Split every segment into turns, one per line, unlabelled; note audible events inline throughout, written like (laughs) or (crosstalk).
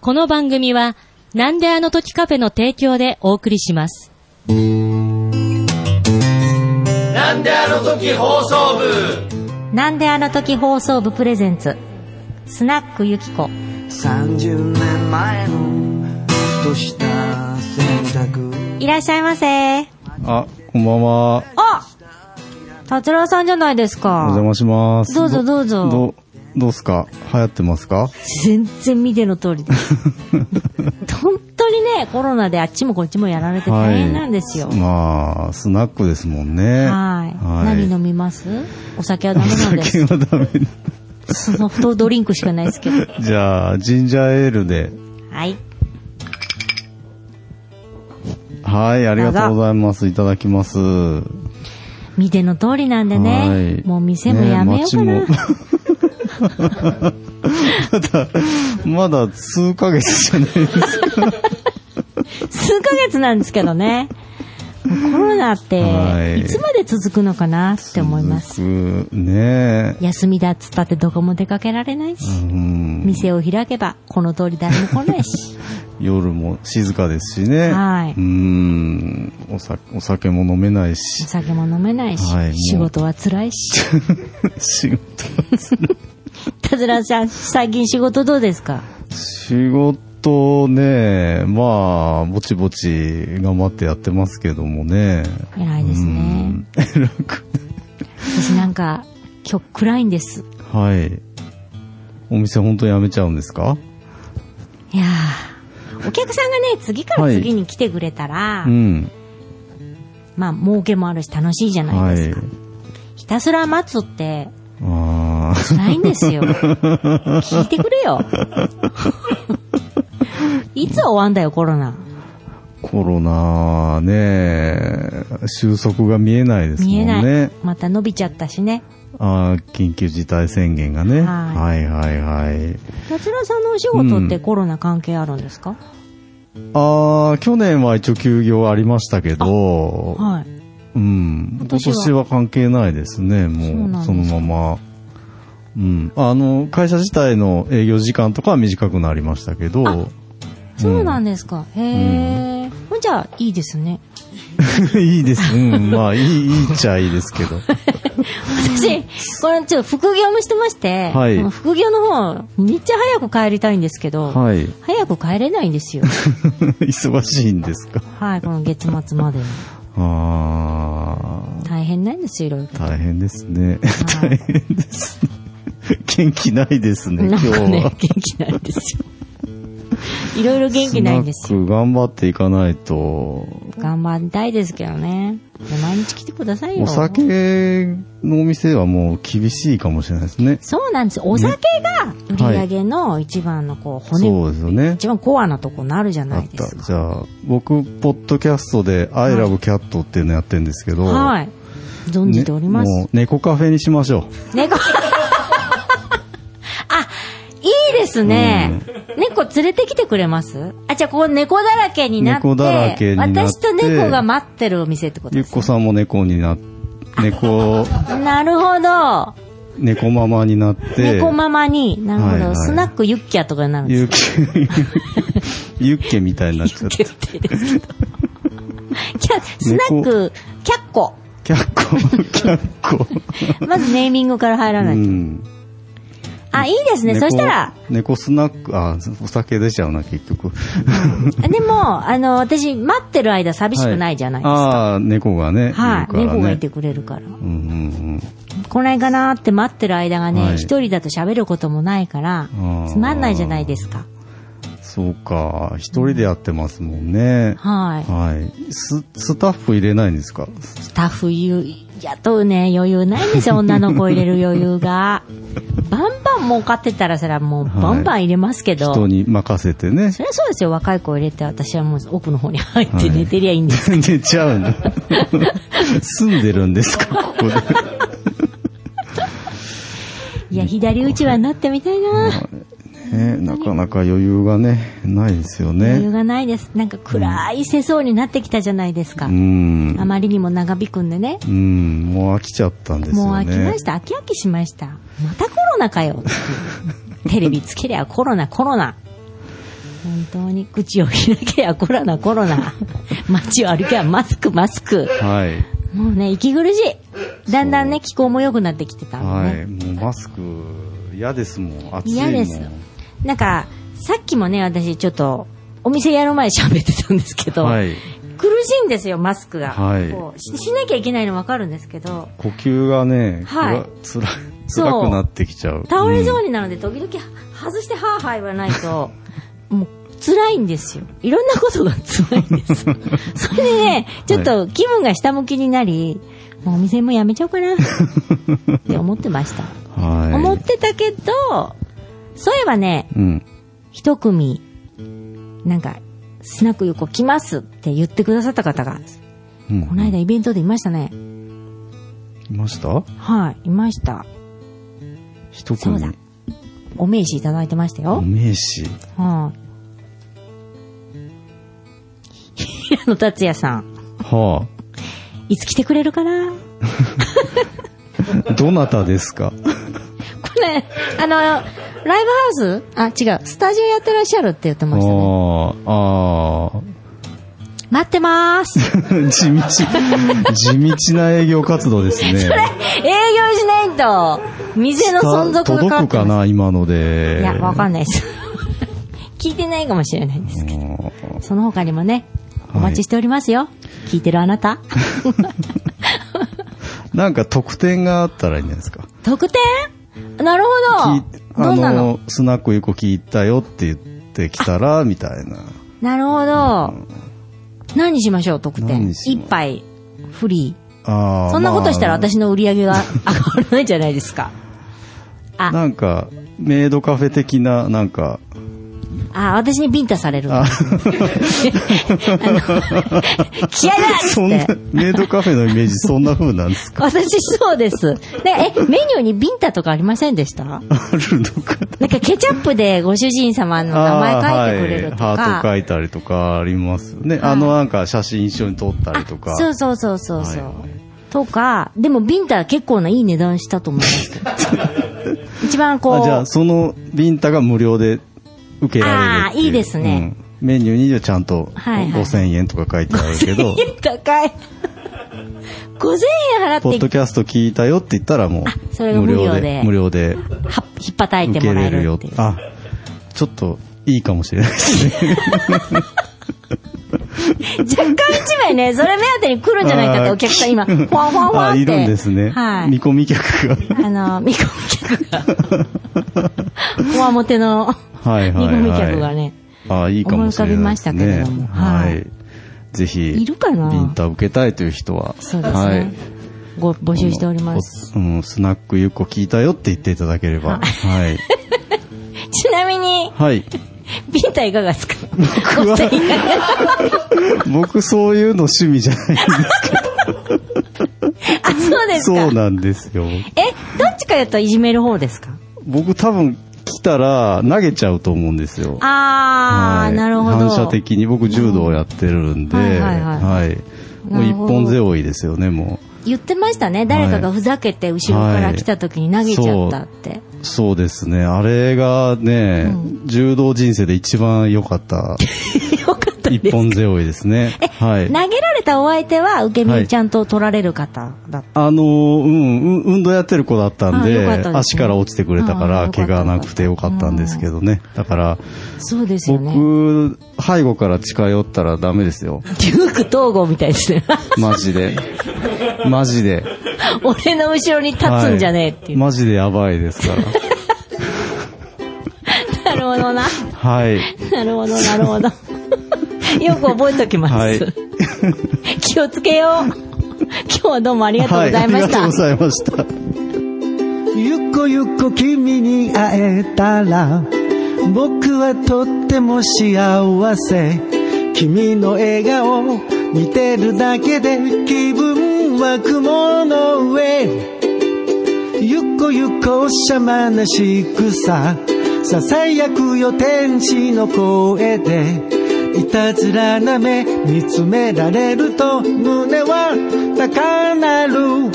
この番組は、なんであの時カフェの提供でお送りします。
なんであの時放送部
なんであの時放送部プレゼンツスナックゆきこ
30年前のふとした選択
いらっしゃいませ
あ、こんばんは。
あ達郎さんじゃないです
お
か
邪魔します。
どうぞどうぞ
ど、どうすか流行ってますか
全然見ての通りです
(laughs)
本当にねコロナであっちもこっちもやられて大変なんですよ、はい
まあ、スナックですもんね。
何飲みますお酒はダメ
お
なんで
酒
す
はダメ (laughs) だ。
ソフトドリンクしかないですけど
じゃあ、ジンジャーエールで。
はい
はい、ありがとうございます。いただきます。
見ての通りなんでね、
はい
もう店もやめようかな、
ね (laughs) 街もまだ、まだ数ヶ月じゃないですか。
数ヶ月なんですけどね。もうコロナっ
は
て、
い
いつまで続くのかなって思います。
続くね
休みだっつったってどこも出かけられないし、
うん
店を開けばこの通り誰も来ない
(laughs)
し、
夜も静かですしね。
はい
うんおさ。お酒も飲めない
お
し、
酒も飲めないし、
はいもう
仕事は辛いし。
仕
(laughs)
事、
田面さん、最近仕事どうですか
仕事ね、まあ、ぼちぼち頑張ってやってますけどもね。
偉いですね。
うん。 (laughs) 楽。
私なんか、今日暗いんです。
はい。お店本当やめちゃうんですか
いやー。お客さんがね、次から次に来てくれたら、
うん。
まあ、儲けもあるし楽しいじゃない
は
です
い
か。。ひたすら待つって、
ああ、
辛いんですよ。聞いてくれよ。いつ終わんだよ、コロナ。
(laughs) コロナね、収束が見えないですもん
見え
ね。
ない。また伸びちゃったしね。
あー緊急事態宣言がね。
は
はいはいはい。
達郎さんのお仕事ってコロナ関係あるんですか、
ああ、去年は一応休業ありましたけど、
はい。
うん、今
年は
年は関係ないですね、
そう
も
なん
う、
です
そ
か
のまま。うん。あの、会社自体の営業時間とかは短くなりましたけど、
そうなんですか。へえ。ほんじゃあ、いいですね。
(laughs) いいです。うん、まあ、いい、いいっちゃいいで
(laughs)
すけど。
私、これちょっと副業もしてまして、
はい
この副業の方、めっちゃ早く帰りたいんですけど、
はい。
早く帰れないんですよ。
(laughs) 忙しいんですか。
はい、この月末までに。
ああ、
大変なんですよ、いろいろ。
大変ですね。
はい
(laughs) 大変ですね。元気ないですね、
な
今
ん
日
か
は。
ね、元気ないんですよ。 (laughs) いろいろ元気ないんですよ。
スナック頑張っていかないと、
頑張りたいですけどね。で毎日来てくださいよ。
お酒のお店はもう厳しいかもしれないですね。
そうなんですよ。お酒が売り上げの一番のこう、骨、
そうですよね。
一番コアなとこになるじゃ
あ
ない
っ
です
た。
か。
じゃあ、僕、ポッドキャストで、I love cat っていうのやってるんですけど、
はい。存じておりま
ね
す
も。う猫カフェにしましょ
猫。あ、 (laughs) いいですね。猫連れてきてくれますあ、じゃあここ猫だらけになって、
猫だらけになって
私と猫が待ってるお店ってこ
う。
と
ゆ
で
っ
す
こさんも猫にな、猫、
かなるほど。
猫ママになって、
猫ママに、なるほど、
はいはい
スナックユッキャとかになるんです
ゆっ
か
け、 (laughs) ゆっけみたいになっちゃって。
決定ですけど。キャスナック、キャッコ。
キャッコ、キャッコ。
まずネーミングから入ら
う
ない。
ん。
あ、いいですね。そ
猫
したら、。
猫スナック、あ、お酒出ちゃうな、結局。
でも、あの、私、待ってる間寂しくないじゃないですか。
ああ、猫がね。
はい
るからね
猫がいてくれるから。
うんうん
来ないかなーって待ってる間が
は
ね、
い
一、人だと喋ることもないから
ー、
つまんないじゃないですか。
うん。そうか。一人でやってますもんね。
はい。
はい。ス、スタッフ入れないんですか
スタッフゆ、雇うね、余裕ないんですよ、女の子入れる余裕
(laughs)
が。バンバン儲かってたら、それはもう
はい
バンバン入れますけど。
人に任せてね
そ。りゃそうですよ、若い子を入れて、私はもう奥の方に入って寝てりゃいいんです。
寝ちゃう
(laughs)
の。住んでるんですかここで。
い、や、左打ちはなってみたいな。
ねなかなか余裕がね、ないですよ
余裕
ね。
がないです。なんか暗い世相になってきたじゃないですか。
うん
あ。まりにも長引くんでね。
うん。もう飽きちゃったんですよね。
もう飽きました、飽き飽きしま
(laughs)
した。またコロナかよ。テレビつけりゃコロナ、コロナ。本当に口を開けやコロナコロ
(laughs)
ナ街を歩けやマスクマスク
はい。
もうね息苦しいだんだんね気候も良くなってきてたもん
は
ね、
い。もうマスク、嫌ですもん。暑いもん。
嫌ですなんかさっきもね私ちょっとお店やる前喋ってたんですけど、
はい。
苦しいんですよマスクが、
はい
こうししなきゃいけないの分かるんですけど
呼吸がね、
はい
つら、つ
そう
ら、辛くなってきちゃう。
倒れそう
に。
になるので時々外してハーハー言わないともう辛いんですよいろんなことが辛いんですそれでねちょっと気分が下向きになり、もうお店もやめちゃおうかなって思ってました、
はい。
思ってたけどそういえばね
うん。
一組なんかスナック横来ますって言ってくださった方が
うん。
この間イベントでいましたね
いました
はいいました
一組。
そうだお名刺いただいてましたよ、
お名刺。
(laughs) はい。平野達也さん、
はい
つ来てくれるかなこ
あ。どなたですか
れ、あの、ライブハウスあ、違う、スタジオやってらっしゃるって言って
あ
ましたね。
あ、ああ。
待ってまーす。
(laughs) 地道、地道な営業活動
(laughs)
ですね。
営業しないと、店の存続がかか
届
っ
く
て
か
ま
な、今の
す
で。
いや、わかんないです。 (laughs) 聞いてないかもしれないですけど。その他にもね、お待ちしておりますよ。聞いてるあなた。
なんか特典があったらいいんじゃないですか。
特典なるほ
き
ど。ど
あ
んなの
の、スナックよく聞いたよって言ってきたら、みたいな。
なるほど。何にしましょう、特典。
何にし
一
ま
杯、フリー。
ああ。
そんなことしたら
まあ
私の売り上げが上がらないじゃないですか。あ、
なんか、メイドカフェ的な、なんか、
あ、私にビンタされる。 (laughs) あ
あ
の気合いだっつ
そんな
っ、て。
メイドカフェのイメージ、そんな風なんですか
私そうです。なんかえ、メニューにビンタとかありませんでしたなんか
あるのかな
ケチャップでご主人様の (laughs) 名前書いてくれると
あーはいハート
か。
書いたりとかありますね。あの、なんか、写真一緒に撮ったりとか。
そうそうそうそうそう。
はいはい
とか、でもビンタは結構ないい値段したと思います
(laughs)
けど。一番こ
あじゃ
う
あ、、そのビンタが無料で受けられるってう
あーいいですね
うんメニューにちゃんと
はいはい
5000円とか書いてあるけ
(laughs)
ど、
高い。5000円払
ポ
って
ッドキャスト聞いたよって言ったらも
あそれ
う
が無
無
料
料
で
で、無料で
は引っ叩い
受
て
け
もら
れ
え
る
る
よ
っていう。
あ、ちょっといいかもしれないですね。
若干一枚ね、それ目当てに来るんじゃないかってお客さん今、
あ
フ
ー
ァンファンファン
(laughs) あ
って。
いるんですね。
はい
見。込み客が。
あの、見込み客が。こわもての
(laughs) はい
見
はいはい。
込み客がね。
あいいかもし
思い浮
れないですね。
かびましたけれどもは
はいい。ぜひ、
いるかな
ビンタ受けたいという人は、
そうですね。
はい。
ご募集しております。
お。うん、スナックゆっこ聞いたよって言っていただければ。 (laughs) はい。
ちなみに、
はい。
ビンタいかがですか (laughs) ?5000 円。
僕 (laughs) そういうの趣味じゃないん
あ、そうで
です。
す
そう
か。
なんですよ。
え、どっちかやったらいじめる方ですか
僕多分来たら投げちゃうと思うんですよ。
あー、
はい
なるほど。
反射的に僕柔道をやってるんで、
うんはいはいはい
はいもう
な
一
るほど
本背負いですよね、も
言ってましたね。誰かがふざけて後ろから来た時に投げちゃったって。
う。そうですね。あれがね、柔道人生で一番良
(laughs)
かった
よかった
一
です。
本背負いで
(laughs)
すね。はい。
投げられたお相手は受け身ちゃんと取られる方だった。
あのーうん、うん運動やってる子だったん
あよ
で、
かったですね
足から落ちてくれたか
あよ
ら、
かった
怪我なくてよかったんですけどね。だから、
そうですよね。 (laughs)
僕、 (laughs) 背後から近寄ったらダメですよ。
デューク統合みたいですね。
マジ
(laughs)
で。マジで。
俺の後ろに立つんじゃねえっていう。
はいマジでやばいですから。 (laughs)
なるほどな。
はい。
なるほど、なる
(laughs)
ほど。よく覚えときます。
はい
(laughs) 気をつけよう。
(laughs)
今日はどうもありがとうございま
はあ
し
りが
た。
とうございました。
ゆっこゆっこ君に会えたら僕はとっても幸せ君の笑顔見てるだけで気分は雲の上ゆっこゆっこおしゃまなしくさささやくよ天使の声でいたずらな目見つめられると胸は高鳴る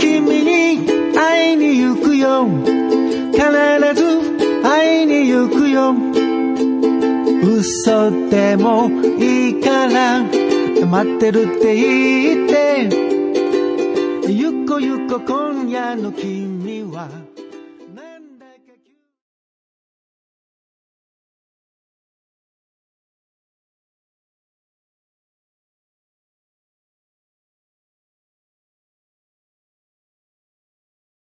君に会いに行くよ必ず会いに行くよ嘘でもいいから待ってるって言ってゆっこゆっこ今夜の君は